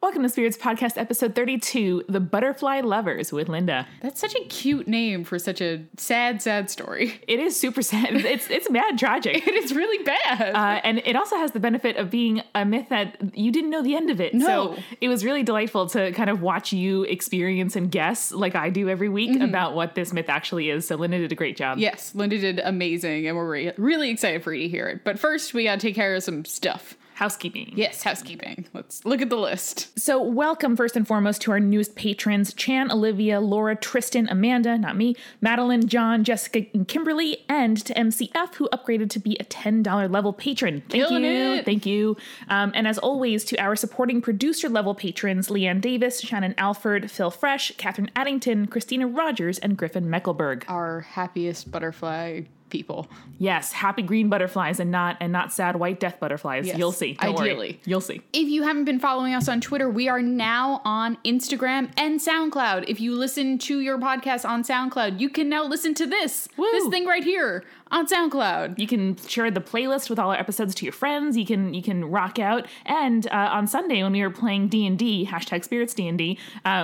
Welcome to Spirits Podcast, episode 32 The Butterfly Lovers with Linda. That's such a cute name for such a sad, sad story. It is super sad. It's, it's mad tragic. It is really bad. Uh, and it also has the benefit of being a myth that you didn't know the end of it. No. So it was really delightful to kind of watch you experience and guess, like I do every week, Mm-hmm. about what this myth actually is. So Linda did a great job. yes, Linda did amazing, and we're re- really excited for you to hear it. But first, we gotta take care of some stuff. Housekeeping. Yes, housekeeping. Let's look at the list. So, welcome first and foremost to our newest patrons Chan, Olivia, Laura, Tristan, Amanda, not me, Madeline, John, Jessica, and Kimberly, and to MCF, who upgraded to be a $10 level patron. Thank Killing you. it. Thank you. Um, and as always, to our supporting producer level patrons Leanne Davis, Shannon Alford, Phil Fresh, Catherine Addington, Christina Rogers, and Griffin Meckelberg. Our happiest butterfly people. Yes, happy green butterflies and not and not sad white death butterflies. Yes, You'll see. Don't worry. ideally. You'll see. If you haven't been following us on Twitter, we are now on Instagram and SoundCloud. If you listen to your podcast on SoundCloud, you can now listen to this. Woo. This thing right here on SoundCloud. You can share the playlist with all our episodes to your friends. You can you can rock out. And uh, on Sunday when we were playing D and D hashtag Spirits D and D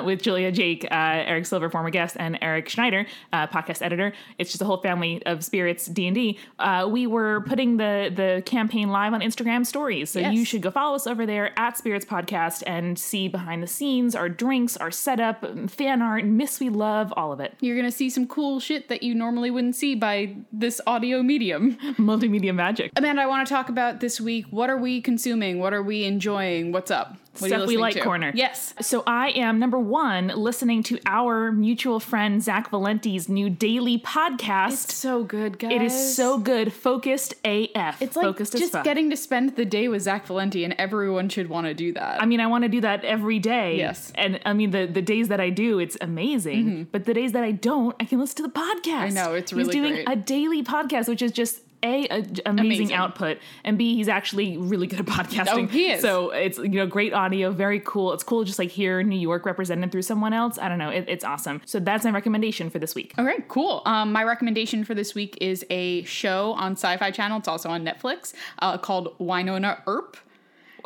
with Julia Jake, uh, Eric Silver, former guest, and Eric Schneider, uh, podcast editor. It's just a whole family of Spirits D and D. uh, We were putting the the campaign live on Instagram stories, so you Yes. should go follow us over there at Spirits Podcast and see behind the scenes, our drinks, our setup, fan art, miss we love, all of it. You're gonna see some cool shit that you normally wouldn't see by this audio medium. Multimedia magic. Amanda, I want to talk about this week. What are we consuming? What are we enjoying? What's up? What are you Stuff we listening like to? corner. Yes. So I am number one listening to our mutual friend Zach Valenti's new daily podcast. so good, guys. it is so good, focused AF. It's like focused as just fuck. getting to spend the day with Zach Valenti, and everyone should want to do that. I mean, I want to do that every day. Yes. Mm-hmm. and I mean the the days that I do, it's amazing. But the days that I don't, I can listen to the podcast. I know, it's he's really doing great. a daily podcast, which is just. A, a j- amazing, Amazing. output, and B, he's actually really good at podcasting. Oh, he is. So it's you know great audio, very cool. It's cool just like hear New York represented through someone else. I don't know, it, it's awesome. So that's my recommendation for this week. All right, cool. Um, my recommendation for this week is a show on Sci-Fi Channel. It's also on Netflix uh, called Winona Earp.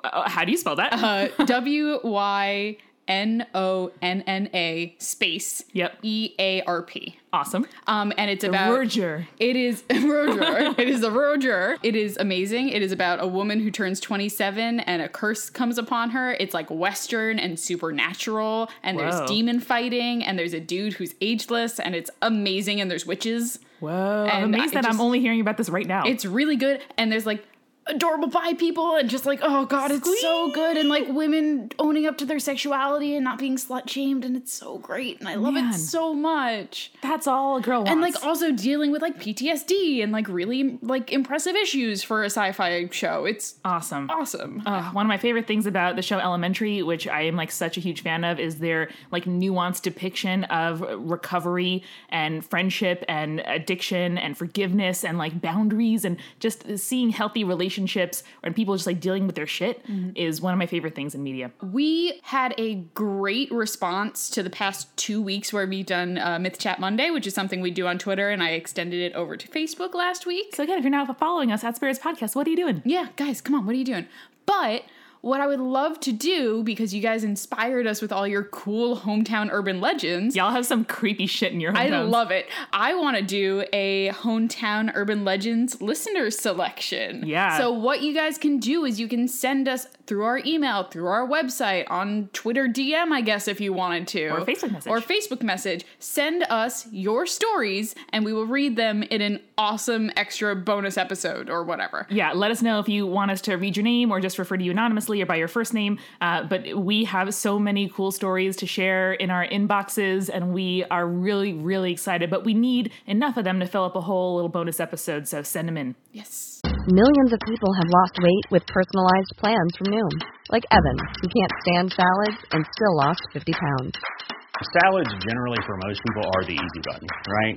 Uh, how do you spell that? Uh, w Y N O N N A space Yep. E A R P. awesome. Um, and it's about Roger. It is Roger. it is the Roger. It is amazing. It is about a woman who turns 27 and a curse comes upon her. It's like western and supernatural and Whoa. there's demon fighting and there's a dude who's ageless and it's amazing and there's witches. Whoa! I'm And amazed I that I'm just- only hearing about this right now. It's really good and there's like adorable bi people and just like oh god it's so good and like women owning up to their sexuality and not being slut shamed and it's so great and I love Man. it so much. that's all a girl wants. and like also dealing with like PTSD and like really like impressive issues for a sci-fi show. It's awesome. awesome. Ugh, Uh, one of my favorite things about the show Elementary, which I am like such a huge fan of, is their like nuanced depiction of recovery and friendship and addiction and forgiveness and like boundaries and just seeing healthy relationships and people just like dealing with their shit Mm-hmm. is one of my favorite things in media. we had a great response to the past two weeks where we've done uh, Myth Chat Monday, which is something we do on Twitter, and I extended it over to Facebook last week. So again, if you're not following us at Spirits Podcast, what are you doing? Yeah, guys, come on, what are you doing? But what I would love to do, because you guys inspired us with all your cool hometown urban legends, Y'all have some creepy shit in your I hometowns. love it. I want to do a hometown urban legends listener selection. Yeah. So what you guys can do is you can send us through our email, through our website, on Twitter DM, I guess, if you wanted to, Or Facebook message. or Facebook message. Send us your stories, and we will read them in an awesome extra bonus episode or whatever. Yeah, let us know if you want us to read your name or just refer to you anonymously or by your first name. Uh, but we have so many cool stories to share in our inboxes, and we are really, really excited. But we need enough of them to fill up a whole little bonus episode, so send them in. Yes. Millions of people have lost weight with personalized plans from Noom, like Evan, who can't stand salads and still lost 50 pounds. Salads generally for most people are the easy button, right?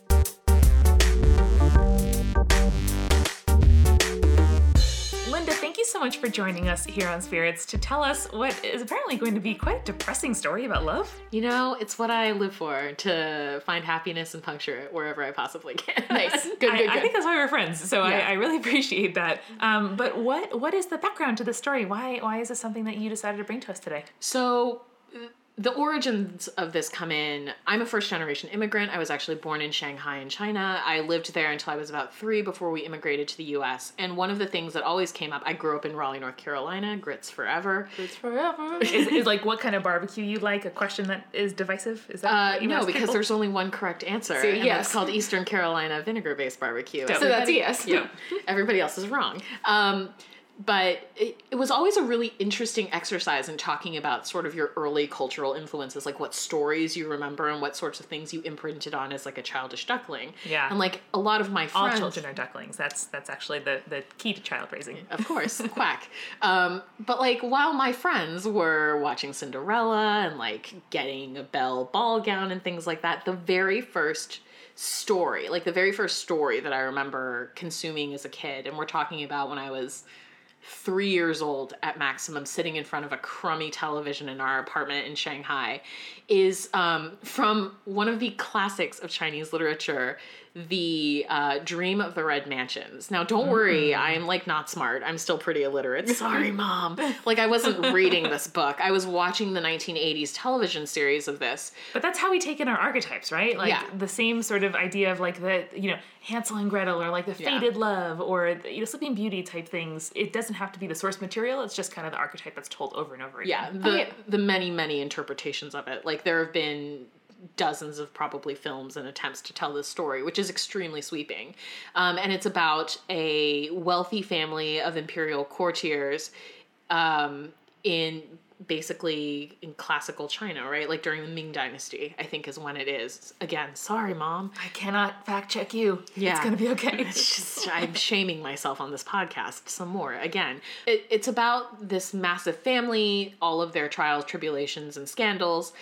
Linda, thank you so much for joining us here on Spirits to tell us what is apparently going to be quite a depressing story about love. You know, it's what I live for to find happiness and puncture it wherever I possibly can. Nice. Good, good, I, good. I think that's why we're friends, so Yeah. I, I really appreciate that. Um, but what what is the background to the story? Why why is this something that you decided to bring to us today? So uh, the origins of this come in. I'm a first generation immigrant. I was actually born in Shanghai in China. I lived there until I was about 3 before we immigrated to the US. And one of the things that always came up, I grew up in Raleigh, North Carolina, grits forever. Is, is like what kind of barbecue you like a question that is divisive? Is that Uh, what you no, ask because people? there's only one correct answer. See, and yes. it's called Eastern Carolina vinegar based barbecue. Dope. so that's a yes. Everybody- yeah, everybody else is wrong. Um, but it, it was always a really interesting exercise in talking about sort of your early cultural influences, like what stories you remember and what sorts of things you imprinted on as like a childish duckling. Yeah. and like a lot of my all friends, children are ducklings. That's that's actually the the key to child raising. of course, quack. Um, but like while my friends were watching Cinderella and like getting a bell ball gown and things like that, the very first story, like the very first story that I remember consuming as a kid, and we're talking about when I was three years old at maximum, sitting in front of a crummy television in our apartment in Shanghai, is um, from one of the classics of Chinese literature, The uh, Dream of the Red Mansions. Now, don't worry, I'm like not smart. I'm still pretty illiterate. Sorry, mom. Like, I wasn't reading this book, I was watching the 1980s television series of this. But that's how we take in our archetypes, right? Like Yeah. the same sort of idea of like the you know Hansel and Gretel or like the Yeah. fated love or the, you know Sleeping Beauty type things. It doesn't have to be the source material. It's just kind of the archetype that's told over and over yeah again. the the many many interpretations of it like there have been dozens of probably films and attempts to tell this story which is extremely sweeping um, and it's about a wealthy family of imperial courtiers um, in basically in classical china right like during the ming dynasty i think is when it is again sorry mom I cannot fact check you. Yeah. it's gonna be okay. it's just I'm shaming myself on this podcast some more again. It, it's about this massive family, all of their trials, tribulations, and scandals.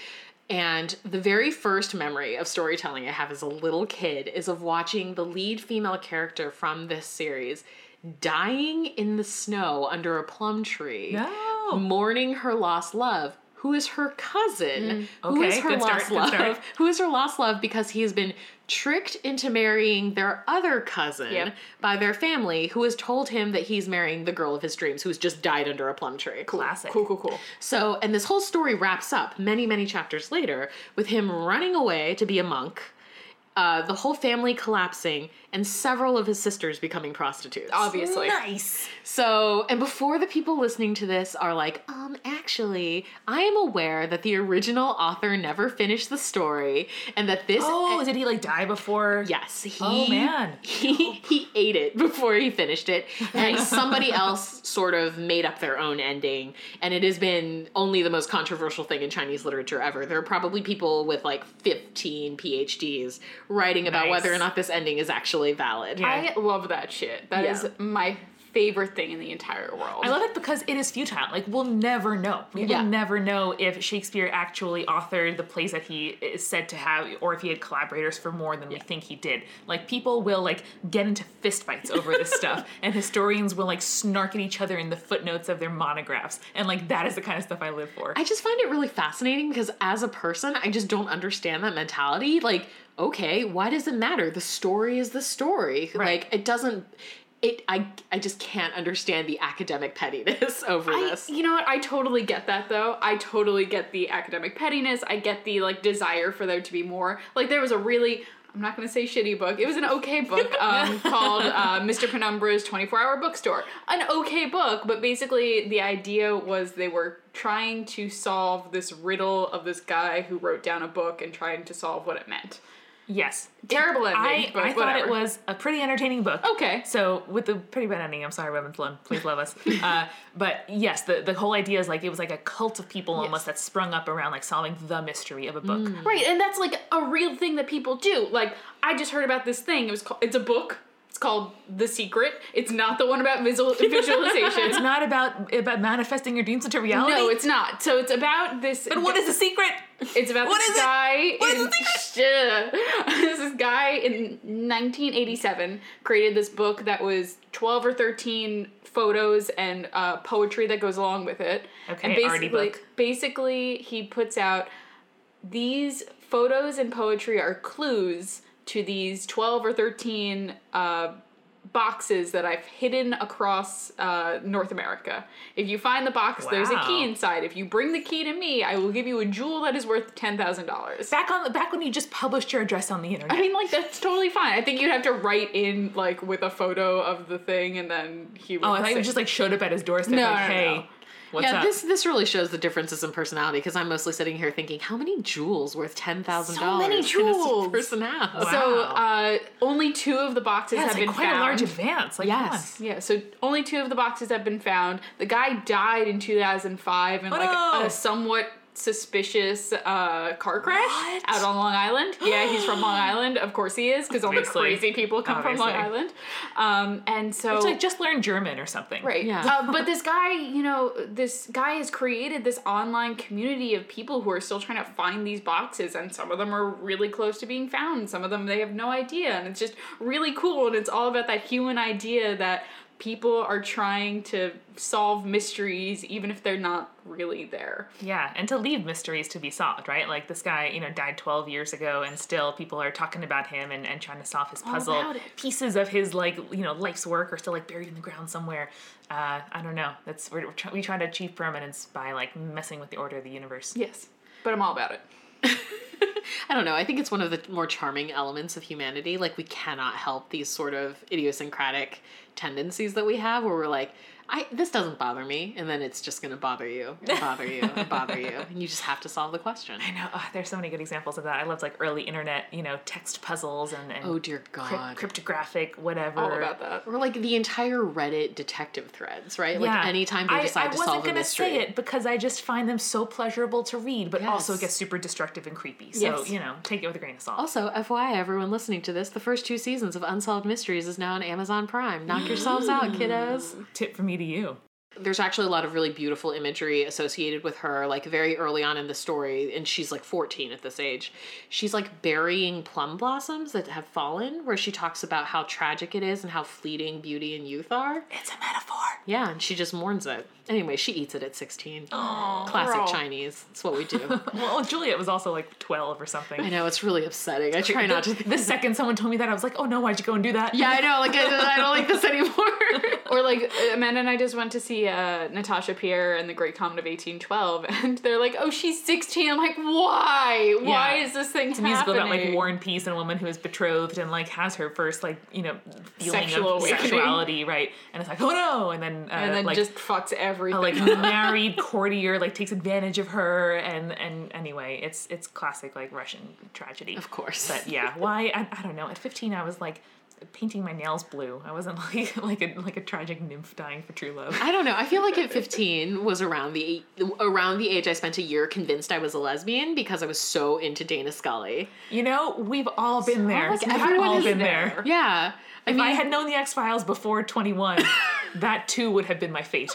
And the very first memory of storytelling I have as a little kid is of watching the lead female character from this series dying in the snow under a plum tree, No. mourning her lost love. Who is her cousin? Who Mm. Okay, is her good start, lost good love? start. who is her lost love because he has been tricked into marrying their other cousin Yep. by their family, who has told him that he's marrying the girl of his dreams, who's just died under a plum tree. Classic. cool, cool. So, and this whole story wraps up many, many chapters later with him running away to be a monk. Uh, the whole family collapsing and several of his sisters becoming prostitutes. Obviously. Nice. So, and before the people listening to this are like, um, actually, I am aware that the original author never finished the story and that this Oh, did he like die before? Yes, he. Oh, man. he he ate it before he finished it, and somebody else sort of made up their own ending. And it has been only the most controversial thing in Chinese literature ever. There are probably people with like fifteen PhDs writing about Nice. whether or not this ending is actually valid. Yeah. I love that shit. That is Yeah. my favorite thing in the entire world. I love it because it is futile. Like we'll never know. We Yeah. will never know if Shakespeare actually authored the plays that he is said to have, or if he had collaborators for more than we think he did. Like people will like get into fistfights over this stuff, and historians will like snark at each other in the footnotes of their monographs, and like that is the kind of stuff I live for. I just find it really fascinating because as a person, I just don't understand that mentality. Like, okay, why does it matter? The story is the story. Right. Like, it doesn't. It. I. I just can't understand the academic pettiness over I- this. you know what? I totally get that though. I totally get the academic pettiness. I get the like desire for there to be more. Like there was a really I'm not going to say shitty book. It was an okay book um, called uh, Mr. Penumbra's 24 Hour Bookstore. An okay book, but basically the idea was they were trying to solve this riddle of this guy who wrote down a book and trying to solve what it meant. Yes. Terrible ending, I, but I thought whatever. it was a pretty entertaining book. Okay. So with the pretty bad ending, I'm sorry, Women's Lone, please love us. Uh, but yes, the, the whole idea is like it was like a cult of people almost that sprung up around like solving the mystery of a book. Right, and that's like a real thing that people do. Like I just heard about this thing. It was called, it's a book. It's called The Secret. It's not the one about visual- visualization. It's not about about manifesting your dreams into reality. no, it's not. So it's about this. But what is the secret? It's about What this is it? guy. What is in, There's this guy in 1987 created this book that was 12 or 13 photos and uh, poetry that goes along with it. Okay, and arty basically, book. basically, he puts out these photos and poetry are clues to these 12 or 13 uh, boxes that I've hidden across uh, North America. If you find the box, there's a Wow. key inside. If you bring the key to me, I will give you a jewel that is worth $10,000. Back on the back when you just published your address on the internet. I mean, like, that's totally fine. I think you'd have to write in, like, with a photo of the thing, and then he would. oh, I thought say- you just like showed up at his doorstep No, like, no, no, hey, no. what's Yeah, up? this this really shows the differences in personality because I'm mostly sitting here thinking, how many jewels worth ten thousand dollars? many jewels. Personality. Wow. So, uh, only two of the boxes yeah, have it's like been quite found. a large advance. Like, come on. yes. Yeah, so only two of the boxes have been found. The guy died in 2005 in like no. a somewhat suspicious uh, car crash What? out on Long Island. Yeah, he's from Long Island. Of course he is, because all the Obviously. crazy people come from Long Island. Obviously. Um, and so. It's like just learn German or something. Right. Yeah. Uh, but this guy, you know, this guy has created this online community of people who are still trying to find these boxes, and some of them are really close to being found. Some of them they have no idea, and it's just really cool. And it's all about that human idea that people are trying to solve mysteries, even if they're not really there. Yeah, and to leave mysteries to be solved, right? Like this guy, you know, died 12 years ago, and still people are talking about him and, and trying to solve his puzzle. about it. Pieces of his, like, you know, life's work are still, like, buried in the ground somewhere. Uh, I don't know. That's we're, we're try, We try to achieve permanence by, like, messing with the order of the universe. Yes, but I'm all about it. I don't know. I think it's one of the more charming elements of humanity. Like we cannot help these sort of idiosyncratic tendencies that we have, where we're like, "I this doesn't bother me," and then it's just going to bother you, and bother you, and bother you, and you just have to solve the question. I know. Oh, there's so many good examples of that. I loved, like, early internet, you know, text puzzles and, and Oh dear cryp- God. cryptographic, whatever. All about that. or like the entire Reddit detective threads, right? Like anytime they I- decide to solve a mystery. I wasn't gonna say it because I just find them so pleasurable to read, but also Yes. get super destructive and creepy. So Yes. you know, take it with a grain of salt. Also, FYI, everyone listening to this, the first two seasons of Unsolved Mysteries is now on Amazon Prime. Knock yourselves out, kiddos. Tip from me to you. There's actually a lot of really beautiful imagery associated with her, like very early on in the story, and she's like 14 at this age. She's like burying plum blossoms that have fallen, where she talks about how tragic it is and how fleeting beauty and youth are. It's a metaphor. Yeah, and she just mourns it. Anyway, she eats it at 16. Classic girl. Chinese. That's what we do. Well, oh, Juliet was also like twelve or I something. know, it's really upsetting. I try not to think The second someone told me that, I was like, "Oh no, why'd you go and do that?" Yeah, I know. Like, I, I don't like this anymore. or like Amanda and I just went to see uh, Natasha Pierre and the Great Comet of 1812, and they're like, "Oh, she's 16." I'm like, "Why? Why Yeah. is this thing It's a musical about happening?" like war and peace and a woman who is betrothed and like has her first like you know feeling Sexual of awakening. sexuality, right? And it's like, "Oh no!" And then uh, and then like just fucks everything. a like up. married courtier like takes advantage of her and and anyway it's it's classic like russian tragedy Of course. but yeah why I, I don't know at 15 i was like painting my nails blue i wasn't like like a like a tragic nymph dying for true love I don't know. I feel like at 15 was around the around the age I spent a year convinced I was a lesbian because I was so into Dana Scully. you know we've all been there like, we've everyone all is been there. there, Yeah. I if mean, i had known the x-files before 21 that too would have been my fate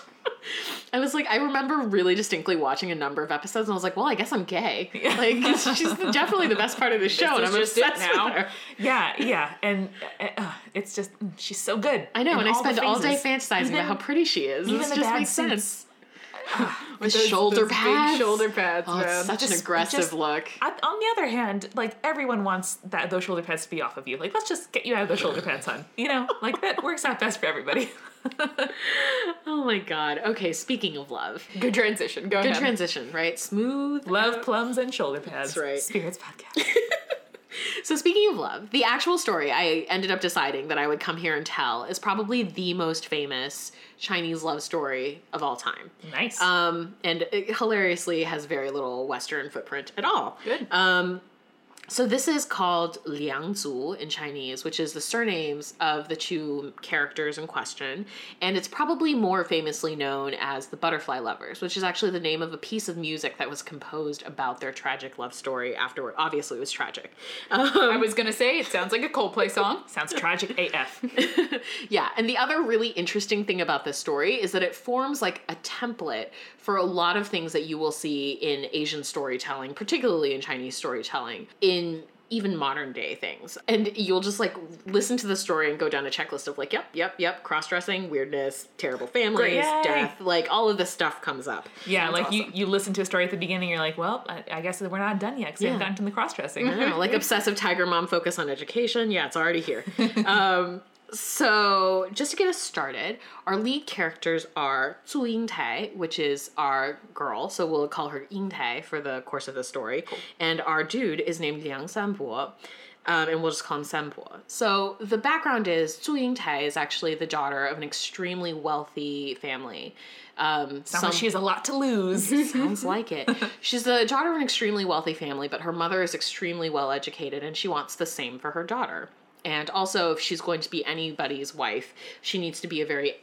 I was like, I remember really distinctly watching a number of episodes, and I was like, well, I guess I'm gay. Like, she's the- definitely the best part of the show, and is I'm just it obsessed now. with her. yeah yeah and uh, uh, it's just mm, she's so good I know, and, I all the spend all day phases. fantasizing Even- about how pretty she is. even This the just bad makes sense. suits. With Those- shoulder those big pads. shoulder pads, Oh, man. it's such an Just- aggressive just- look. I, on the other hand, like everyone wants that those shoulder pads to be off of you. Like, let's just get you out of those shoulder pads, hon. You know, like that works out best for everybody. Oh my god. Okay, speaking of love, Good transition. Go good ahead. transition, right? Smooth Love plums and shoulder pads. right. Spirits podcast. So speaking of love, the actual story I ended up deciding that I would come here and tell is probably the most famous Chinese love story of all time. Nice. Um, and it hilariously has very little Western footprint at all. Good. Um, so this is called Liang Zu in Chinese, which is the surnames of the two characters in question, and it's probably more famously known as the Butterfly Lovers, which is actually the name of a piece of music that was composed about their tragic love story. Afterward, obviously, it was tragic. Um, I was gonna say it sounds like a Coldplay song. Sounds tragic AF. yeah, and the other really interesting thing about this story is that it forms like a template for a lot of things that you will see in Asian storytelling, particularly in Chinese storytelling, in even modern day things. And you'll just like listen to the story and go down a checklist of like, yep, yep, yep, cross dressing, weirdness, terrible families, Yay. death, like all of this stuff comes up. Yeah, Sounds like you, awesome. you listen to a story at the beginning, you're like, well, I, I guess we're not done yet because we haven't Yeah. gotten to the cross dressing. I don't know, like obsessive tiger mom focus on education. Yeah, it's already here. um, so just to get us started, our lead characters are Zu Ying Tai, which is our girl, so we'll call her Ying Tai for the course of the story, and our dude is named Liang Sanbo. Um, and we'll just call him Sanbo. So the background is Zu Ying Tai is actually the daughter of an extremely wealthy family. Um, Sounds like some- she has a lot to lose. Sounds like it. She's the daughter of an extremely wealthy family, but her mother is extremely well educated and she wants the same for her daughter. And also, if she's going to be anybody's wife, she needs to be a very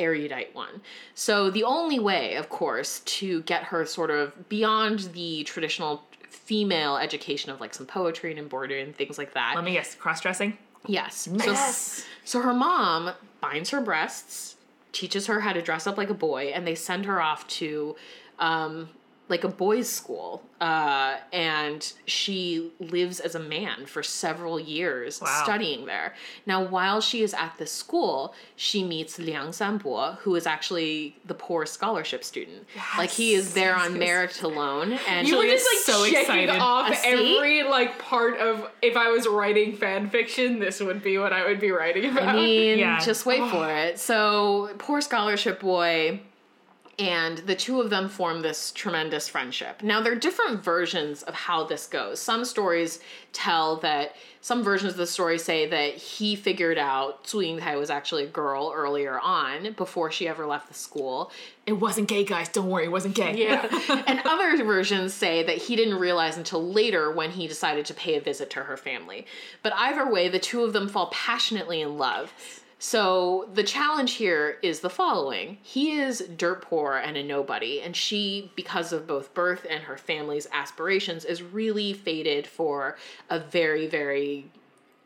erudite one. So, the only way, of course, to get her sort of beyond the traditional female education of like some poetry and embroidery and things like that. Let me guess, cross dressing? yes. So- Yes. so her mom binds her breasts, teaches her how to dress up like a boy, and they send her off to um, like a boys' school. Uh, and she lives as a man for several years Wow. studying there. Now, while she is at this school, she meets Liang Sanbo, who is actually the poor scholarship student. Like he is there on merit alone, and You were Julia's just like so checking excited. off A C? every like part of if I was writing fan fiction, this would be what I would be writing about. I mean, Yeah. just wait for it. So, poor scholarship boy and the two of them form this tremendous friendship. Now, there are different versions of how this goes. Some stories tell that, some versions of the story say that he figured out Tsu Ying-tai was actually a girl earlier on before she ever left the school. It wasn't gay, guys. Don't worry, it wasn't gay. yeah. and other versions say that he didn't realize until later when he decided to pay a visit to her family. But either way, the two of them fall passionately in love. So the challenge here is the following. He is dirt poor and a nobody, and she, because of both birth and her family's aspirations, is really fated for a very, very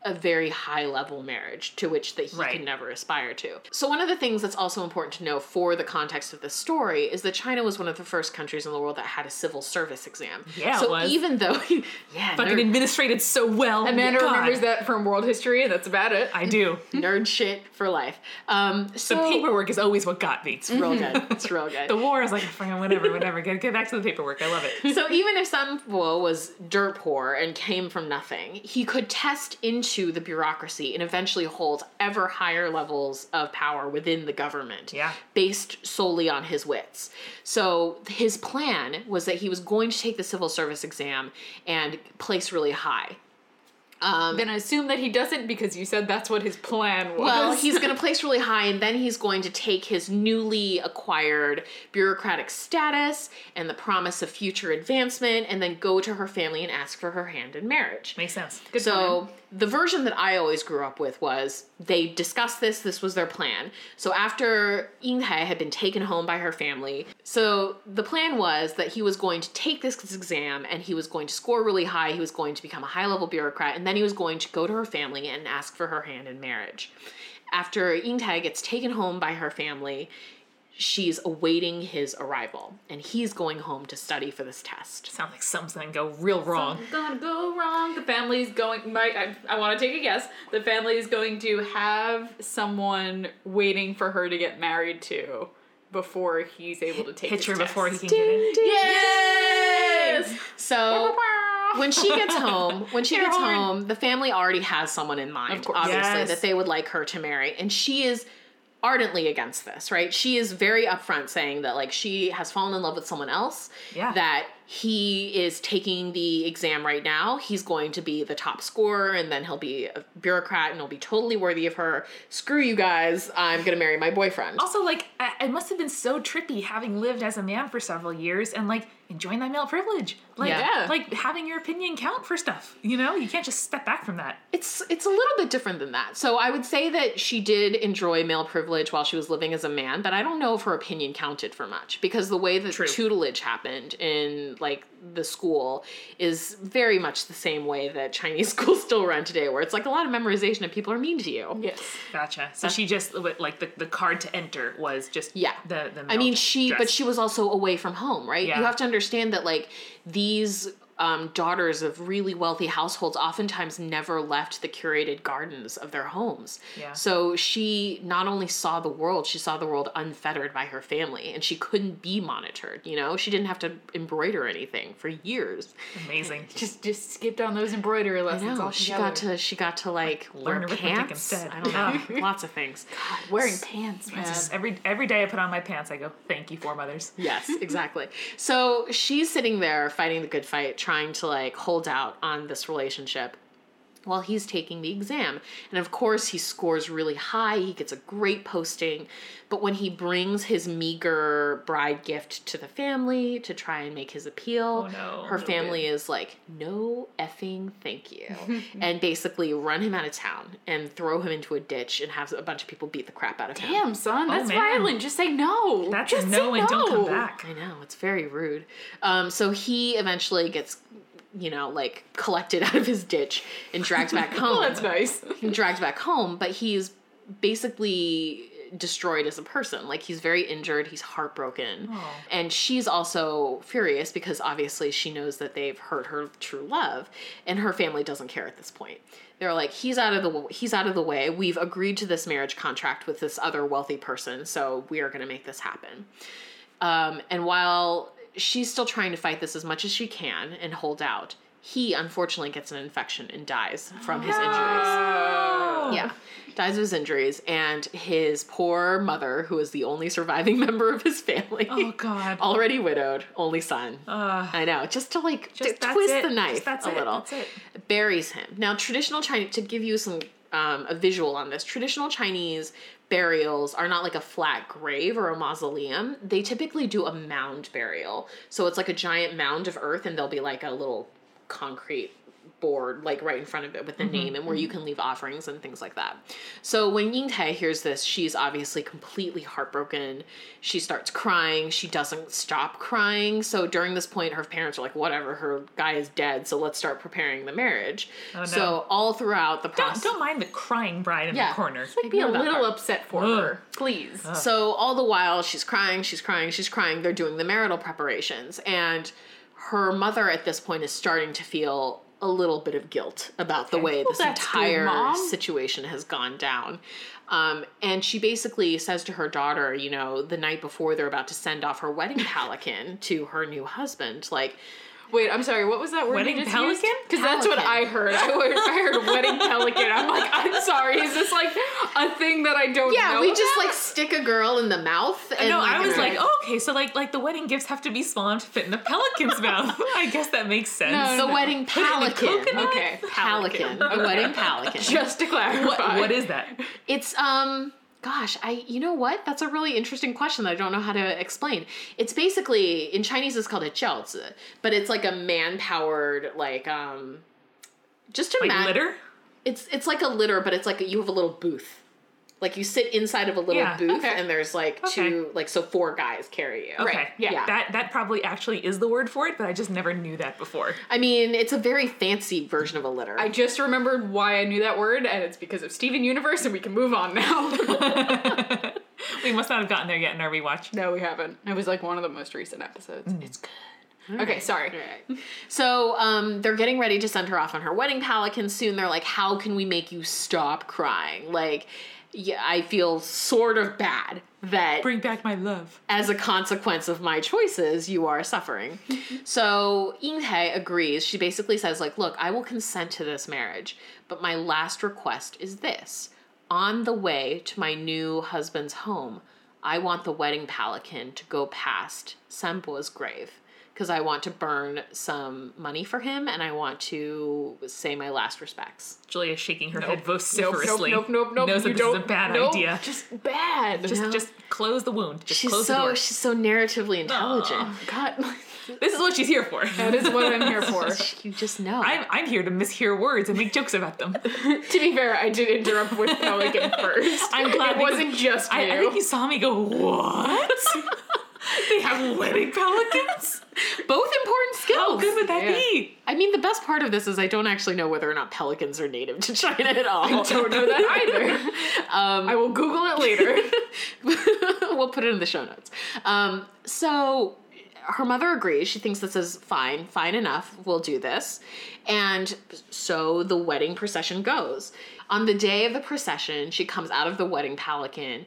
a very high level marriage to which that he Right. can never aspire to. So one of the things that's also important to know for the context of this story is that China was one of the first countries in the world that had a civil service exam. Yeah, it So was. even though yeah, Fucking nerd, administrated so well. Amanda God. remembers that from world history, and that's about it. I do. nerd shit for life. Um The so paperwork is always what got me. it's real good. It's real good. The war is like, fucking whatever, whatever. Get, get back to the paperwork. I love it. so even if Sambo was dirt poor and came from nothing, he could test into the bureaucracy and eventually hold ever higher levels of power within the government. Yeah. Based solely on his wits. So his plan was that he was going to take the civil service exam and place really high. Um, then I assume that he doesn't because you said that's what his plan was. Well, he's going to place really high, and then he's going to take his newly acquired bureaucratic status and the promise of future advancement, and then go to her family and ask for her hand in marriage. Makes sense. So the version that I always grew up with was they discussed this, this was their plan. So after Ying Hai had been taken home by her family, so the plan was that he was going to take this exam and he was going to score really high, he was going to become a high level bureaucrat, and then he was going to go to her family and ask for her hand in marriage. After Ying Tai gets taken home by her family, she's awaiting his arrival and he's going home to study for this test. Sounds like something go real wrong. gonna go wrong. The family's going. My, I, I want to take a guess. The family is going to have someone waiting for her to get married to before he's able to take Hit his her before he test. can get it. Yes! So when she gets home, when she gets Airhorn. home, the family already has someone in mind, Of course. obviously, Yes. that they would like her to marry. And she is ardently against this, right? She is very upfront saying that like she has fallen in love with someone else, Yeah. that he is taking the exam right now. He's going to be the top scorer and then he'll be a bureaucrat and he'll be totally worthy of her. Screw you guys. I'm going to marry my boyfriend. Also, like, I- it must have been so trippy having lived as a man for several years and like enjoying that male privilege, like, Yeah. like having your opinion count for stuff. You know, you can't just step back from that. It's it's a little bit different than that. So I would say that she did enjoy male privilege while she was living as a man, but I don't know if her opinion counted for much because the way that True. tutelage happened in like the school is very much the same way that Chinese schools still run today, where it's like a lot of memorization and people are mean to you. Yes. Gotcha. So she just like the, the card to enter was just Yeah. The the I male mean, she, but dress. she was also away from home, right? Yeah. You have to understand that, like, these um, daughters of really wealthy households oftentimes never left the curated gardens of their homes. Yeah. So she not only saw the world, she saw the world unfettered by her family, and she couldn't be monitored, you know? She didn't have to embroider anything for years. amazing. Just just skipped on those embroidery lessons. No, all she got to, she got to, like, Learn wear arithmetic pants. instead. I don't know. Lots of things. wearing pants, man. Just every every day I put on my pants, I go, "Thank you, four mothers." Yes, exactly. so she's sitting there fighting the good fight, trying to like hold out on this relationship while he's taking the exam. And of course, he scores really high. He gets a great posting. But when he brings his meager bride gift to the family to try and make his appeal, Oh, no. her No family is like, no effing thank you. and basically run him out of town and throw him into a ditch and have a bunch of people beat the crap out of him. Damn, son, that's Oh, man. violent. Just say no. That's just a no, say and don't come no. back. I know, it's very rude. Um, so he eventually gets, you know, like collected out of his ditch and dragged back home. Well, that's nice. dragged back home, but he's basically destroyed as a person. Like he's very injured, he's heartbroken. Oh. And she's also furious because obviously she knows that they've hurt her true love and her family doesn't care at this point. They're like he's out of the he's out of the way. We've agreed to this marriage contract with this other wealthy person, so we are going to make this happen. Um, and while she's still trying to fight this as much as she can and hold out, he unfortunately gets an infection and dies from his injuries. Yeah. Dies of his injuries, and his poor mother, who is the only surviving member of his family, Oh God. already widowed, only son. Uh, I know, just to like just t- that's twist it. the knife Just that's a it. little That's it. buries him. Now, traditional Chinese, to give you some um, a visual on this, traditional Chinese burials are not like a flat grave or a mausoleum. They typically do a mound burial. So it's like a giant mound of earth, and there'll be like a little concrete board like right in front of it with the Mm-hmm, name and where you can leave offerings and things like that. So when Ying Tai hears this, she's obviously completely heartbroken. She starts crying. She doesn't stop crying. So during this point, her parents are like, whatever, her guy is dead, so let's start preparing the marriage. Oh, no. So all throughout the Don't process. don't mind the crying bride in Yeah. the corner. Like, be a Ignore that little part. upset for Ugh. her, please. So all the while she's crying, she's crying, she's crying. They're doing the marital preparations and her mother at this point is starting to feel a little bit of guilt about the way this that's good, entire Mom. situation has gone down. Um, and she basically says to her daughter, you know, the night before they're about to send off her wedding pelican to her new husband, like, Wait, I'm sorry. What was that word Wedding you just pelican? Because that's what I Pelican. heard. I heard, I heard wedding pelican. I'm like, I'm sorry. Is this like a thing that I don't know? yeah, we just about? like stick a girl in the mouth. And no, I was marry like, oh, okay, so like like the wedding gifts have to be small enough to fit in the pelican's mouth. I guess that makes sense. the wedding Put it in a pelican. coconut? Okay. Pelican. A wedding pelican. Just to clarify. What, what is that? It's um gosh, I you know what? That's a really interesting question that I don't know how to explain. It's basically in Chinese it's called a jiaozi, but it's like a man-powered like um just Like imagine litter? it's it's like a litter, but it's like you have a little booth. Like you sit inside of a little Yeah, booth okay. and there's like Okay. two like so four guys carry you. Okay. yeah. That that probably actually is the word for it, but I just never knew that before. I mean, it's a very fancy version of a litter. I just remembered why I knew that word, and it's because of Steven Universe, and we can move on now. we must not have gotten there yet in our rewatch. no, we haven't. It was like one of the most recent episodes. Mm. It's good. okay, sorry. So um, they're getting ready to send her off on her wedding pelican soon. They're like, "How can we make you stop crying?" Like, yeah, I feel sort of bad that Bring back my love. as a consequence of my choices, you are suffering. so Ying He agrees. She basically says, like, look, I will consent to this marriage, but my last request is this. On the way to my new husband's home, I want the wedding pelican to go past Sambo's grave because I want to burn some money for him and I want to say my last respects. Julia's shaking her head Nope, vociferously. Nope, nope, nope, nope. Knows you that this don't, is a bad nope, idea. Just bad. Just, No. just close the wound. Just She's close the so door. she's so narratively intelligent. God, this is what she's here for. that is what I'm here for. You just know. I'm, I'm here to mishear words and make jokes about them. to be fair, I did interrupt with Pelican first. I'm glad it because wasn't just you. I, I think you saw me go, what? they have wedding pelicans? Both important skills. How good would that Yeah. be? I mean, the best part of this is I don't actually know whether or not pelicans are native to China at all. Um, don't know that either. I will Google it later. we'll put it in the show notes. Um, so her mother agrees. She thinks this is fine, fine enough. We'll do this. And so the wedding procession goes. On the day of the procession, she comes out of the wedding pelican.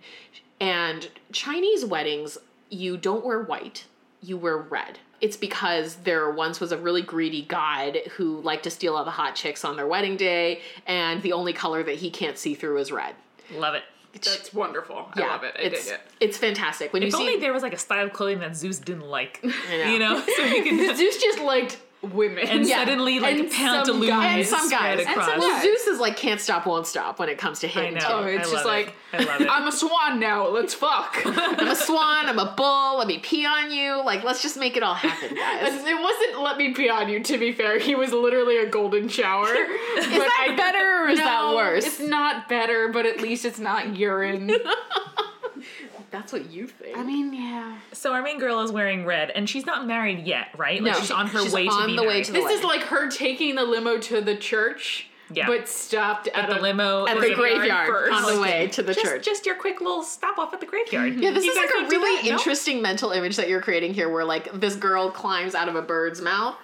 And Chinese weddings, you don't wear white, you wear red. It's because there once was a really greedy god who liked to steal all the hot chicks on their wedding day, and the only color that he can't see through is red. Love it. That's wonderful. I love it. I it's, dig it. It's fantastic. When If you see only there was like a style of clothing that Zeus didn't like. know. You know? So he could Zeus just liked women. and Yeah. suddenly like And some pantaloons guys. And some spread guys. And some across. guys. Well, Zeus is like can't stop, won't stop when it comes to I hitting. know. too. Oh, it's I love just it. like- I love it. I'm a swan now. Let's fuck. it I'm a swan. I'm a bull. Let me pee on you. Like let's just make it all happen, guys. wasn't let me pee on you. To be fair, he was literally a golden shower. is that better or is that worse? It's not better, but at least it's not urine. That's what you think. I mean, yeah. So our main girl is wearing red, and she's not married yet, right? Like No, she's on her she's way to on be the way married. to the- This is like her taking the limo to the church, Yeah. but stopped at, at the a- limo at the there's a graveyard first. on the way to the just, church. Just your quick little stop off at the graveyard. yeah, this You is guys like don't a do really that, no? interesting mental image that you're creating here, where like this girl climbs out of a bird's mouth,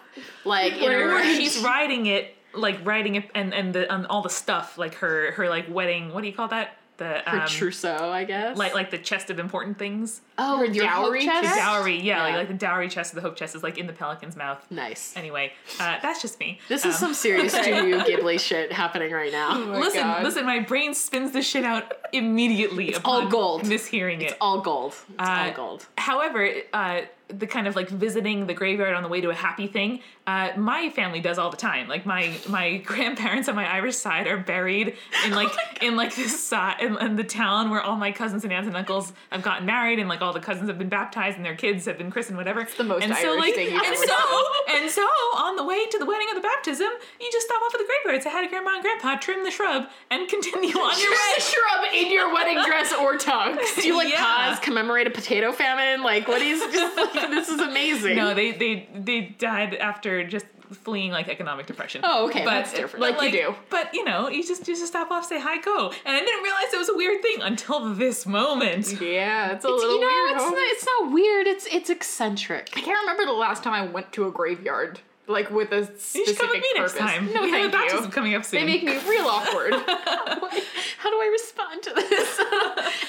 like in a Where red- she's riding it, like riding it, and and the and all the stuff, like her her like wedding. What do you call that? The her um, trousseau, I guess. like like the chest of important things. oh, her your dowry hope chest? chest? Dowry, yeah, Yeah. Like, like the dowry chest of the hope chest is like in the pelican's mouth. Nice. Anyway, uh, that's just me. This is oh Um, some serious Studio Ghibli shit happening right now. my listen, God. listen. My brain spins this shit out immediately. It's all gold. Mishearing it. It's all gold. It's Uh, all gold. However, uh, the kind of like visiting the graveyard on the way to a happy thing, uh, my family does all the time. Like my my grandparents on my Irish side are buried in Oh like in like this side in, in the town where all my cousins and aunts and uncles have gotten married, and like all the cousins have been baptized and their kids have been christened, whatever. It's the most and so, Irish like, thing you've and ever so and so on the way to the wedding or the baptism, you just stop off at the graveyard, say hi to grandma and grandpa, trim the shrub, and continue on your way. Just shrub in your wedding dress or tux. Do you like Yeah. pause, commemorate a potato famine? Like, what is just like, this is amazing. No, they they they died after just fleeing like economic depression. Oh, okay, that's different. but, Like you do. But you know, you just you just stop off, say hi, go. And I didn't realize it was a weird thing until this moment. Yeah, it's a It's- little you know, weird. it's homie. not, it's not weird. It's it's eccentric. I can't remember the last time I went to a graveyard, like with a You specific should come with me purpose. next time. No, we have a thank baptism you. coming up soon. They make me real awkward. How do I respond to this?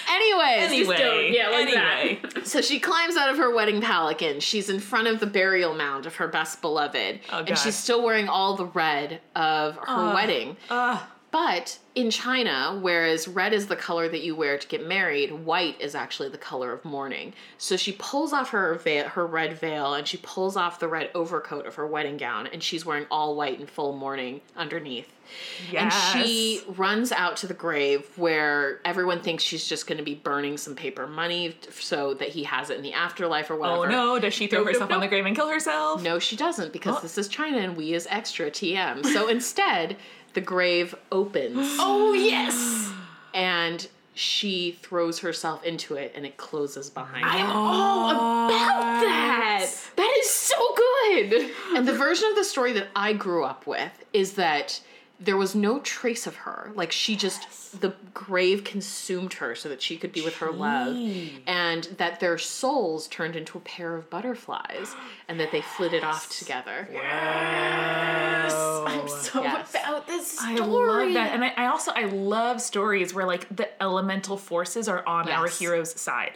Anyways, anyway, don't- yeah, like that. anyway. so she climbs out of her wedding pelican. She's in front of the burial mound of her best beloved, Oh, and God. she's still wearing all the red of her wedding. Ugh. But in China, whereas red is the color that you wear to get married, white is actually the color of mourning. So she pulls off her veil, her red veil and she pulls off the red overcoat of her wedding gown and she's wearing all white and full mourning underneath. yes. And she runs out to the grave where everyone thinks she's just going to be burning some paper money so that he has it in the afterlife or whatever. Oh no, does she throw Nope, nope, herself on the nope. grave and kill herself? No, she doesn't because Oh. this is China and we is extra TM. So instead, the grave opens. oh yes, and she throws herself into it and it closes behind I'm her. all Oh, about that. That is so good. And the version of the story that I grew up with is that there was no trace of her. Like she just the grave consumed her so that she could be with her love and that their souls turned into a pair of butterflies and that they flitted off together. Yes. I'm so Yes. about this story. I love that, and I, I also I love stories where like the elemental forces are on our Yes. hero's side.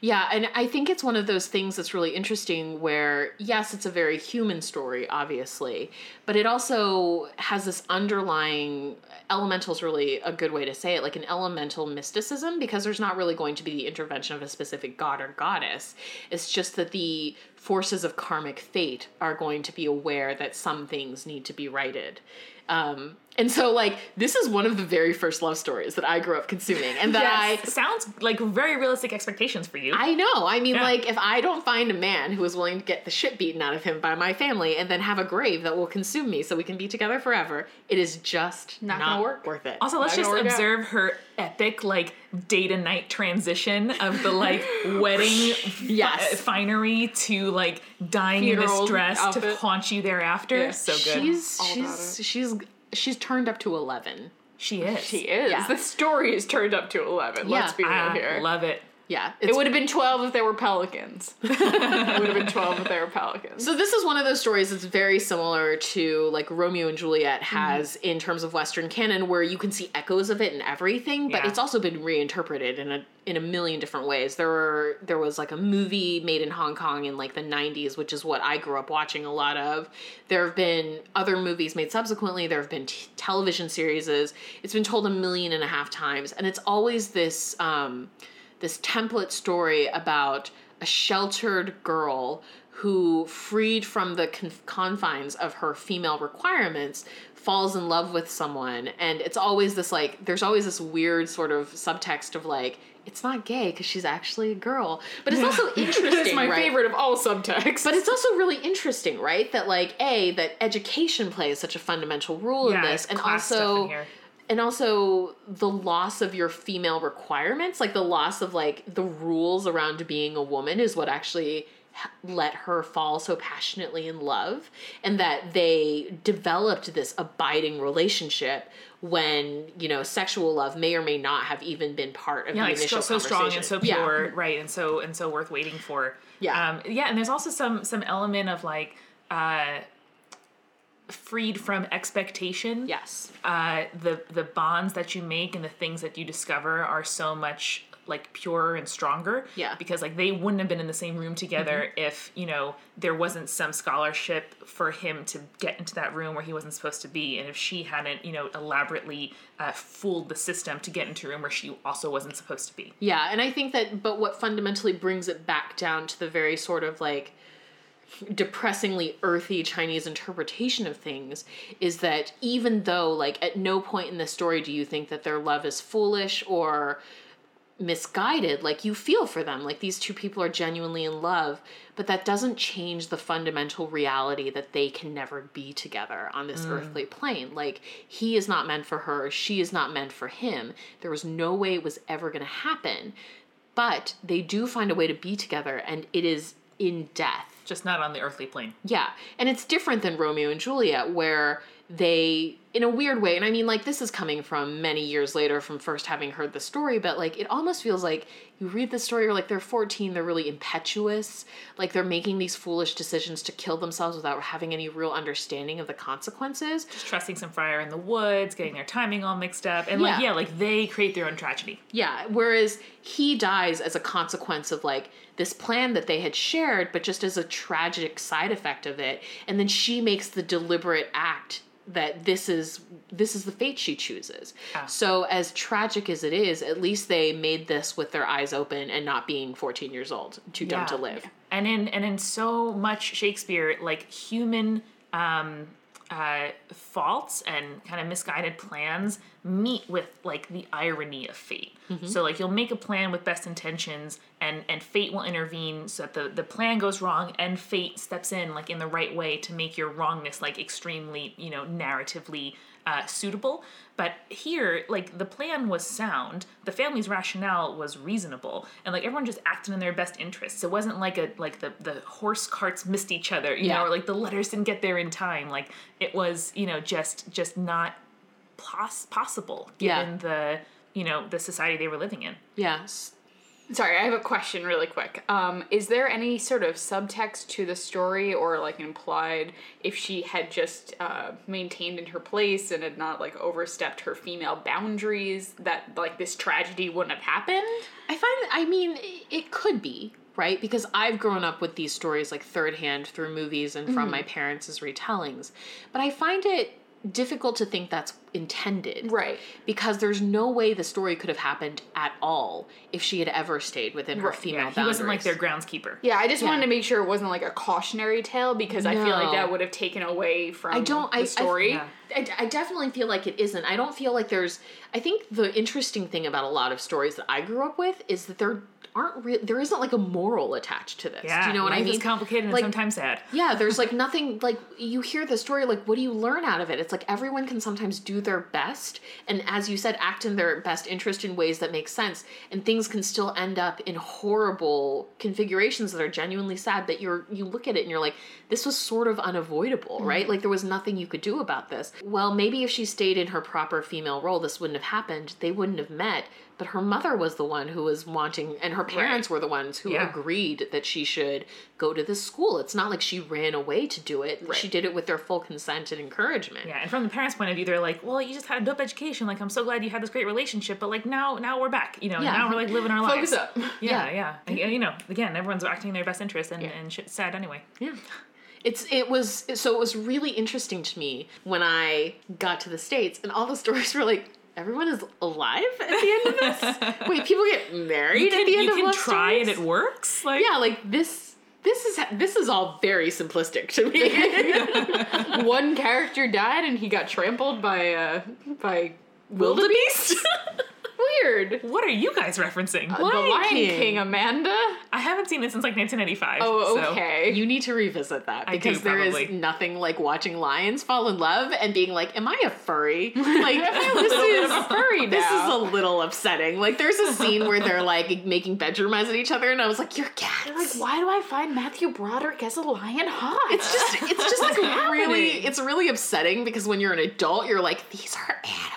Yeah, and I think it's one of those things that's really interesting where, yes, it's a very human story, obviously, but it also has this underlying elemental is really a good way to say it, like an elemental mysticism, because there's not really going to be the intervention of a specific god or goddess. It's just that the forces of karmic fate are going to be aware that some things need to be righted. Um, and so, like, this is one of the very first love stories that I grew up consuming, and that I sounds like very realistic expectations for you. I know. I mean, Yeah. like, if I don't find a man who is willing to get the shit beaten out of him by my family and then have a grave that will consume me so we can be together forever, it is just Not not, gonna work. worth it. also, let's Not just gonna work out. observe her epic like day to night transition of the like wedding Yes. fi- finery to like dying in Funeral this dress to outfit. haunt you thereafter. Yeah. So good. she's All about she's she's she's turned up to eleven. she is. She is. Yeah. The story is turned up to 11. Let's Yeah. be real I here. Ah, love it. Yeah, It it's would have been 12 if there were pelicans. it would have been 12 if there were pelicans. So this is one of those stories that's very similar to like Romeo and Juliet has in terms of Western canon, where you can see echoes of it in everything, but Yeah. it's also been reinterpreted in a in a million different ways. There were there was like a movie made in Hong Kong in like the '90s, which is what I grew up watching a lot of. There have been other movies made subsequently. There have been t- television series. It's been told a million and a half times, and it's always this. Um, this template story about a sheltered girl who, freed from the conf- confines of her female requirements, falls in love with someone. And it's always this like, there's always this weird sort of subtext of like, it's not gay because she's actually a girl. But it's also interesting. It's my right? favorite of all subtexts. But it's also really interesting, right? That like a that education plays such a fundamental role Yeah, in it's this, and class stuff in also here. and also the loss of your female requirements, like the loss of like the rules around being a woman, is what actually h- let her fall so passionately in love, and that they developed this abiding relationship when you know sexual love may or may not have even been part of yeah, the like initial so, so strong and so conversation. Yeah. pure, right? And so and so worth waiting for. Yeah. um, yeah, and there's also some some element of like uh, freed from expectation. Yes. uh, the the bonds that you make and the things that you discover are so much like purer and stronger. Yeah. Mm-hmm. Because like they wouldn't have been in the same room together if you know there wasn't some scholarship for him to get into that room where he wasn't supposed to be, and if she hadn't you know elaborately uh, fooled the system to get into a room where she also wasn't supposed to be. Yeah, and I think that, but what fundamentally brings it back down to the very sort of like depressingly earthy Chinese interpretation of things is that even though, like, at no point in the story do you think that their love is foolish or misguided, like, you feel for them. Like, these two people are genuinely in love, but that doesn't change the fundamental reality that they can never be together on this earthly plane. Like, he is not meant for her, she is not meant for him. There was no way it was ever going to happen. But they do find a way to be together, and it is in death. Just not on the earthly plane. Yeah. And it's different than Romeo and Juliet, where they, in a weird way, and I mean, like, this is coming from many years later from first having heard the story, but like, it almost feels like you read the story, you're like, they're 14, they're really impetuous, like, they're making these foolish decisions to kill themselves without having any real understanding of the consequences. Just trusting some friar in the woods, getting their timing all mixed up, and like Yeah. yeah, like they create their own tragedy. Yeah. Whereas he dies as a consequence of like this plan that they had shared, but just as a tragic side effect of it. And then she makes the deliberate act that this is this is the fate she chooses. So as tragic as it is, at least they made this with their eyes open and not being 14 years old, too Yeah. dumb to live. and in and in so much Shakespeare, like human um, uh, faults and kind of misguided plans meet with like the irony of fate. Mm-hmm. So like you'll make a plan with best intentions, and and fate will intervene so that the the plan goes wrong, and fate steps in like in the right way to make your wrongness like extremely you know narratively uh, suitable. But here, like the plan was sound, the family's rationale was reasonable, and like everyone just acted in their best interests. It wasn't like a like the the horse carts missed each other, you Yeah. know, or like the letters didn't get there in time. Like it was, you know, just just not pos- possible Yeah. given the you know the society they were living in. Yes. Sorry, I have a question really quick. Um, is there any sort of subtext to the story or like implied if she had just uh, maintained in her place and had not like overstepped her female boundaries that like this tragedy wouldn't have happened? I find, I mean, i- it could be, right? Because I've grown up with these stories like third hand through movies and from Mm-hmm. my parents' retellings. But I find it difficult to think that's intended. Right. Because there's no way the story could have happened at all if she had ever stayed within her Right, female He boundaries. wasn't like their groundskeeper. Yeah, I just Yeah. wanted to make sure it wasn't like a cautionary tale because I feel like No. that would have taken away from I don't. the I story. I, I, I definitely feel like it isn't. I don't feel like there's. I think the interesting thing about a lot of stories that I grew up with is that there aren't. Re- there isn't like a moral attached to this. Yeah, Do you know what life I mean? Is complicated and Like- sometimes sad. Yeah, there's like nothing like you hear the story like what do you learn out of it? It's like everyone can sometimes do their best and as you said act in their best interest in ways that make sense and things can still end up in horrible configurations that are genuinely sad that you're you look at it and you're like this was sort of unavoidable, right? Like there was nothing you could do about this. Well, maybe if she stayed in her proper female role this wouldn't have happened. They wouldn't have met. But her mother was the one who was wanting, and her parents were the ones who Yeah. agreed agreed that she should go to this school. It's not like she ran away to do it. She did it with their full consent and encouragement. Yeah, and from the parents' point of view, they're like, "Well, you just had a dope education. Like, I'm so glad you had this great relationship, but like now, now we're back. You know, Yeah. now we're like living our lives. Focus up. Yeah, yeah. And, and, you know, again, everyone's acting in their best interest, and, and shit's sad anyway. Yeah. It's it was so it was really interesting to me when I got to the States and all the stories were like everyone is alive at the end of this. Wait, people get married You can, at the end you of can love try stories? and it works. Like, Yeah, like this this is this is all very simplistic to me. One character died and he got trampled by uh by Wildebeest? weird. what are you guys referencing? the Lion Lion King. King. Amanda. I haven't seen it since like 1995. Oh, so- okay. You need to revisit that I do, because there is probably. nothing like watching lions fall in love and being like, "Am I a furry?" Like this bit is of a furry This is now. a little upsetting. Like there's a scene where they're like making bedroom eyes at each other, and I was like, "You're like, cats." why do I find Matthew Broderick as a lion hot? It's just it's just like really happening? it's really upsetting because when you're an adult, you're like, "These are animals."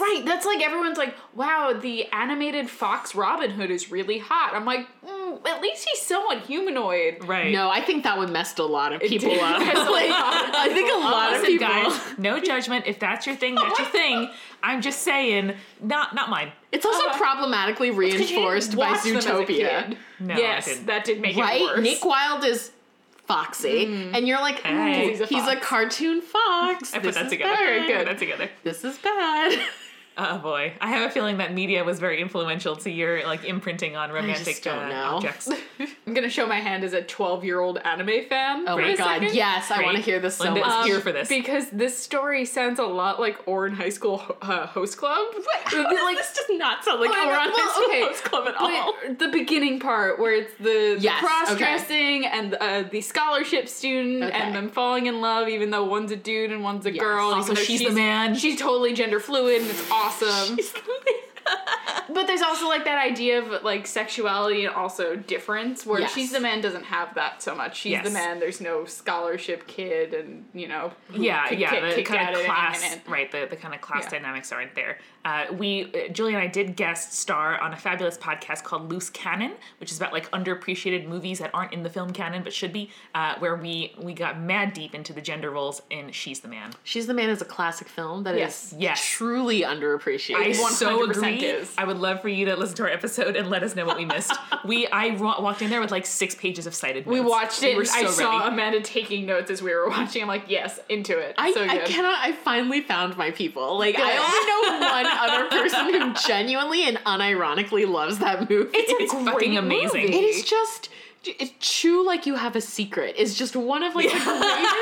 right. That's like everyone's like, wow, the animated Fox Robin Hood is really hot. I'm like, mm, at least he's somewhat humanoid. Right. No, I think that would messed a lot of people did. up. Like, I think a lot of Listen, people. guys, no judgment. If that's your thing, that's your thing. I'm just saying, not not mine. It's also Uh-huh. problematically reinforced by Watched them as a Zootopia. kid. No, I yes, didn't. that did make it right? worse. Nick Wilde is foxy, and you're like, Hey. "Ooh, He's a Mm. he's a fox." cartoon fox. I put This that is together. bad. I put that together. This is bad. Oh boy, I have a feeling that media was very influential to your like imprinting on romantic don't uh, know. objects. I'm gonna show my hand as a 12 year old anime fan. Oh for my a god, second. yes, I want to Great. hear this so Linda's much. here. for this. Um, because this story sounds a lot like Orin High School ho- uh, host club. It'd be like this does not sound like Oh, I know. we're on Well, this okay. Host club at all. but the beginning part where it's the, the Yes, cross dressing and uh, the scholarship student Okay. and them falling in love, even though one's a dude and one's a Yes. girl. Also, even though she's the man. She's totally gender fluid and it's awesome. But there's also like that idea of like sexuality and also difference where Yes. she's the man doesn't have that so much. She's the Yes. man. There's no scholarship kid and you know who yeah, could yeah, get the kicked kind out of at any class, minute. right? The, the kind of class Yeah. dynamics aren't there. Uh, we, uh, Julie and I did guest star on a fabulous podcast called Loose Cannon, which is about like underappreciated movies that aren't in the film canon but should be, uh, where we we got mad deep into the gender roles in She's the Man. She's the Man is a classic film that is Yes. Yes. truly I underappreciated. so 100% agree. is. I would love for you to listen to our episode and let us know what we missed. we I wa- walked in there with like six pages of cited. We notes. watched it. We were and so I saw ready. Amanda taking notes as we were watching. I'm like, yes, into it. I, so good. I cannot. I finally found my people. Like I only know one other person who genuinely and unironically loves that movie. It's fucking amazing. It is just it, chew like you have a secret. Is just one of like the greatest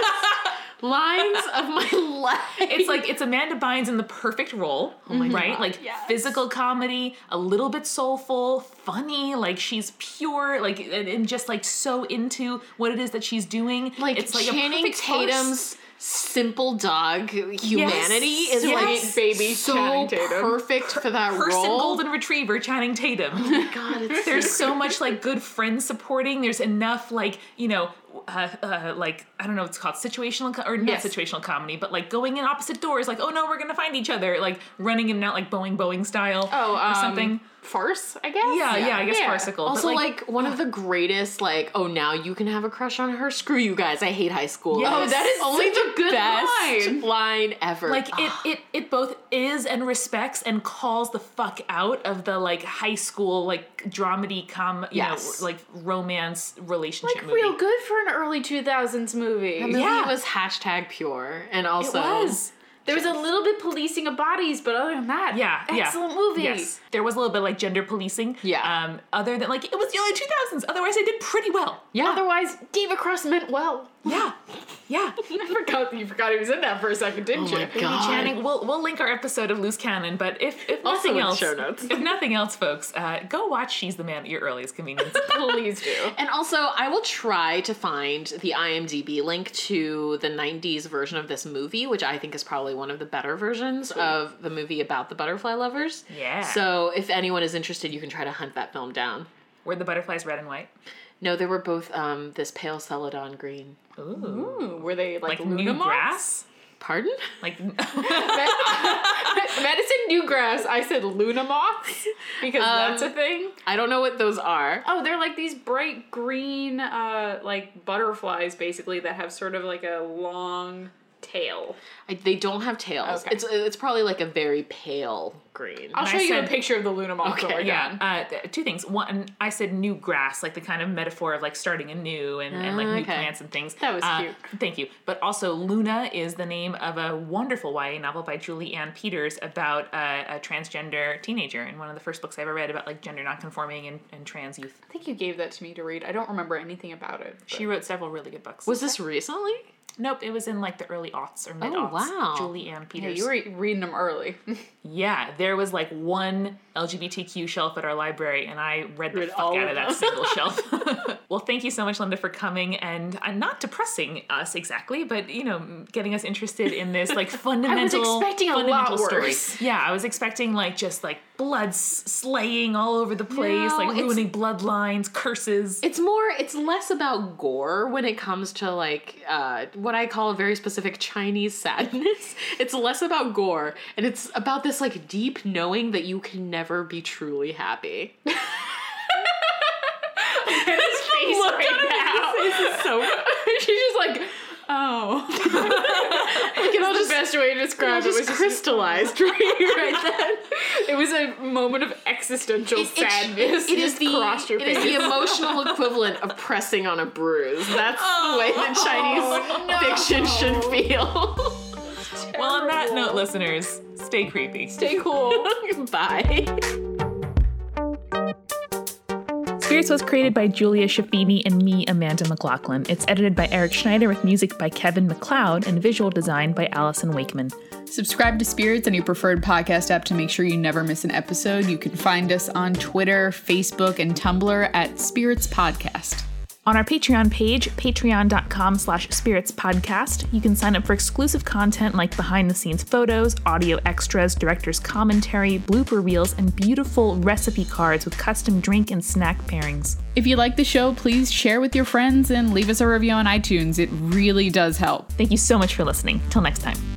lines of my life. It's like it's Amanda Bynes in the perfect role, Oh right? like physical comedy, a little bit soulful, funny. Like she's pure, like and, and just like so into what it is that she's doing. like it's like Channing a perfect Tatum's farce. simple dog humanity is Yes. like Baby so Channing Tatum. perfect for that person role. golden retriever Channing Tatum. God, it's there's so much like good friends supporting. There's enough like you know, uh, uh, like I don't know, what it's called situational co- or not Yes. situational comedy, but like going in opposite doors. Like oh no, we're gonna find each other. Like running in and out like Boeing Boeing style Oh, or um, something. farce, I guess. Yeah, yeah, I guess Yeah. farcical. Also, but like, like, one of the greatest, like, oh, now you can have a crush on her. Screw you guys. I hate high school. Yes. Like, Oh, that is only such a the good best line. line, ever. like it, it it both is and respects and calls the fuck out of the like high school like dramedy com you Yes. know like romance relationship Like movie. real good for an early two thousands movie. the movie yeah. was hashtag pure, and also it was. There was a little bit policing of bodies, but other than that, Yeah, yeah. excellent movie. Yes, there was a little bit like gender policing. Yeah. Um, other than like it was the early two thousands. Otherwise, I did pretty well. yeah. Otherwise, David Cross meant well. Yeah. Yeah. I forgot you forgot he was in that for a second, didn't Oh my you? God. Channing, we'll we'll link our episode of Loose Cannon, but if if Also nothing in else, show notes. if nothing else, folks, uh, go watch She's the Man at your earliest convenience. Please do. And also, I will try to find the IMDb link to the 90s version of this movie, which I think is probably one of the better versions of the movie about the butterfly lovers. Yeah. So, if anyone is interested, you can try to hunt that film down. Were the butterflies red and white? No, they were both um, this pale celadon green. Ooh. Ooh, were they like, Like new Lunamox? grass? Pardon? Like Medicine Newgrass. I said Lunamox because that's a thing. I don't know what those are. Um, Oh, they're like these bright green, uh, like butterflies, basically that have sort of like a long tail. I, they don't have tails. Okay. Oh. It's it's probably like a very pale green. I'll And show I you a said- picture of the Lunamox when Okay, we're done. yeah, uh, th- two things. One, I said new grass, like the kind of metaphor of like starting anew and, and like new Okay. plants and things. Ah, That was Uh, cute. Thank you. But also, Luna is the name of a wonderful YA novel by Julie Ann Peters about a, a transgender teenager, and one of the first books I ever read about like gender nonconforming and, and trans youth. I think you gave that to me to read. I don't remember anything about it. but- She wrote several really good books. Was this recently? nope, it was in like the early aughts or mid aughts. wow. Julie Ann Oh, Yeah, Peters. you were reading them early. Yeah, there was like one LGBTQ shelf at our library, and I read the Read fuck all out of of that them. single shelf. well, thank you so much, Linda, for coming and uh, not depressing us exactly, but you know, getting us interested in this like fundamental, expecting a lot fundamental story. worse. Yeah, I was expecting like just like blood s- slaying all over the place, No, like it's- ruining bloodlines, curses. It's more. It's less about gore when it comes to like uh, what I call a very specific Chinese sadness. It's less about gore, and it's about this like deep knowing that you can never be truly happy. His face Look right at now. his face is so. Like, She's just like, oh. it all That's just, the best way to it describe all it. was just just- crystallized for me right then. it was a moment of existential It- it- sadness. It is just the crossed your it is face. the emotional equivalent of pressing on a bruise. That's the way that Chinese Oh, fiction should feel. well, on that note, listeners, stay creepy. Stay cool. Bye. Spirits was created by Julia Shafini and me, Amanda McLaughlin. It's edited by Eric Schneider with music by Kevin McLeod and visual design by Allison Wakeman. Subscribe to Spirits on your preferred podcast app to make sure you never miss an episode. You can find us on Twitter, Facebook, and Tumblr at Spirits Podcast. On our Patreon page, patreon.com slash spiritspodcast, you can sign up for exclusive content like behind-the-scenes photos, audio extras, director's commentary, blooper reels, and beautiful recipe cards with custom drink and snack pairings. If you like the show, please share with your friends and leave us a review on iTunes. It really does help. Thank you so much for listening. Till next time.